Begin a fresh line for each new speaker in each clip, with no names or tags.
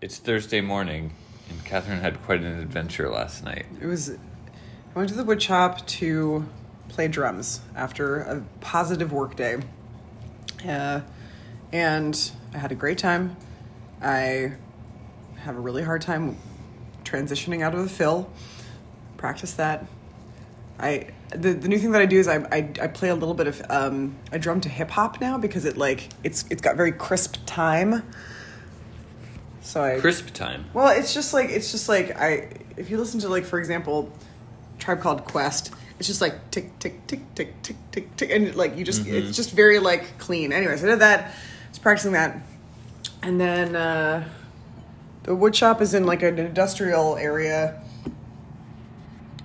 It's Thursday morning, and Catherine had quite an adventure last night.
It was. I went to the wood shop to play drums after a positive work day. Uh, and I had a great time. I have a really hard time transitioning out of a fill. Practice that. I the, the new thing that I do is I, I, I play a little bit of um, I drum to hip hop now because it like it's it's got very crisp time. So I
Crisp time.
well, it's just like it's just like I. If you listen to like, for example, Tribe Called Quest, it's just like tick tick tick tick tick tick tick, and like you just
Mm-hmm.
it's just very like clean. Anyways, I did that. I was practicing that, and then uh, the wood shop is in like an industrial area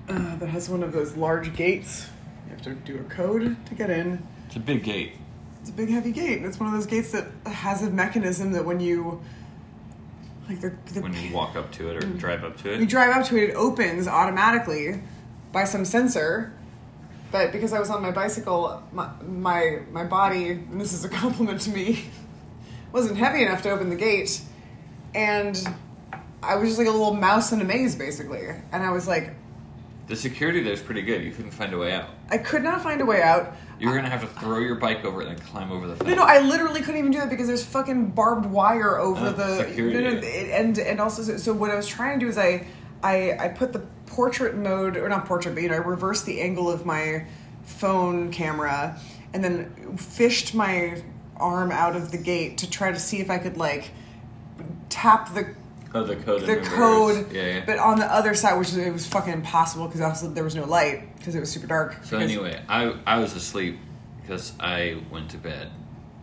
uh, that has one of those large gates. You have to do a code to get in.
It's a big gate.
It's a big heavy gate. and It's one of those gates that has a mechanism that when you like the, the
When you walk up to it or drive up to
you
it,
drive up to it, it opens automatically by some sensor. But because I was on my bicycle, my my, my body, and this is a compliment to me, wasn't heavy enough to open the gate. And I was just like a little mouse in a maze, basically. And I was like,
the security there's pretty good. You couldn't find a way out.
I could not find a way out.
You were gonna have to throw your bike over it and then climb over the fence.
No, no, I literally couldn't even do that because there's fucking barbed wire over
Uh,
the
security.
No, no, it- and and also so, so what I was trying to do is I I I put the portrait mode or not portrait but you know I reversed the angle of my phone camera and then fished my arm out of the gate to try to see if I could like tap the
oh, the code.
the
numbers.
code
Yeah, yeah.
but on the other side which it was fucking impossible because also there was no light because it was super dark
So
because-
anyway, I I was asleep because I went to bed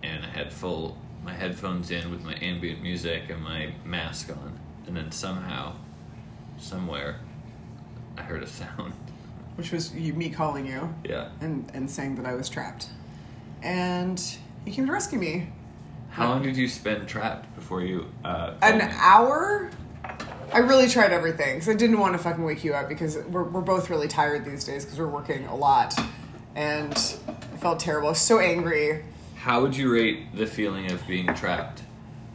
and I had full my headphones in with my ambient music and my mask on, and then somehow, somewhere, I heard a sound.
which was you, me calling you
Yeah.
and, and saying that I was trapped. And he came to rescue me.
How long did you spend trapped before you? Uh,
An
called me?
hour? I really tried everything because I didn't want to fucking wake you up because we're, we're both really tired these days because we're working a lot. And I felt terrible. I was so angry.
How would you rate the feeling of being trapped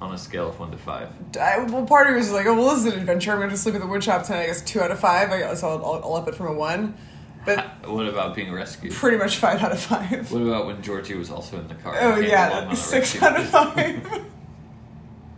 on a scale of one to five?
I, well, part of me was like, oh, well, this is an adventure. I'm going to sleep at the wood shop tonight. I guess two out of five. I guess I'll, I'll, I'll up it from a one. But
What about being rescued?
pretty much five out of five.
What about when Georgie was also in the car?
Oh
and came along
yeah,
on
that
a
was six
rescue
out of five.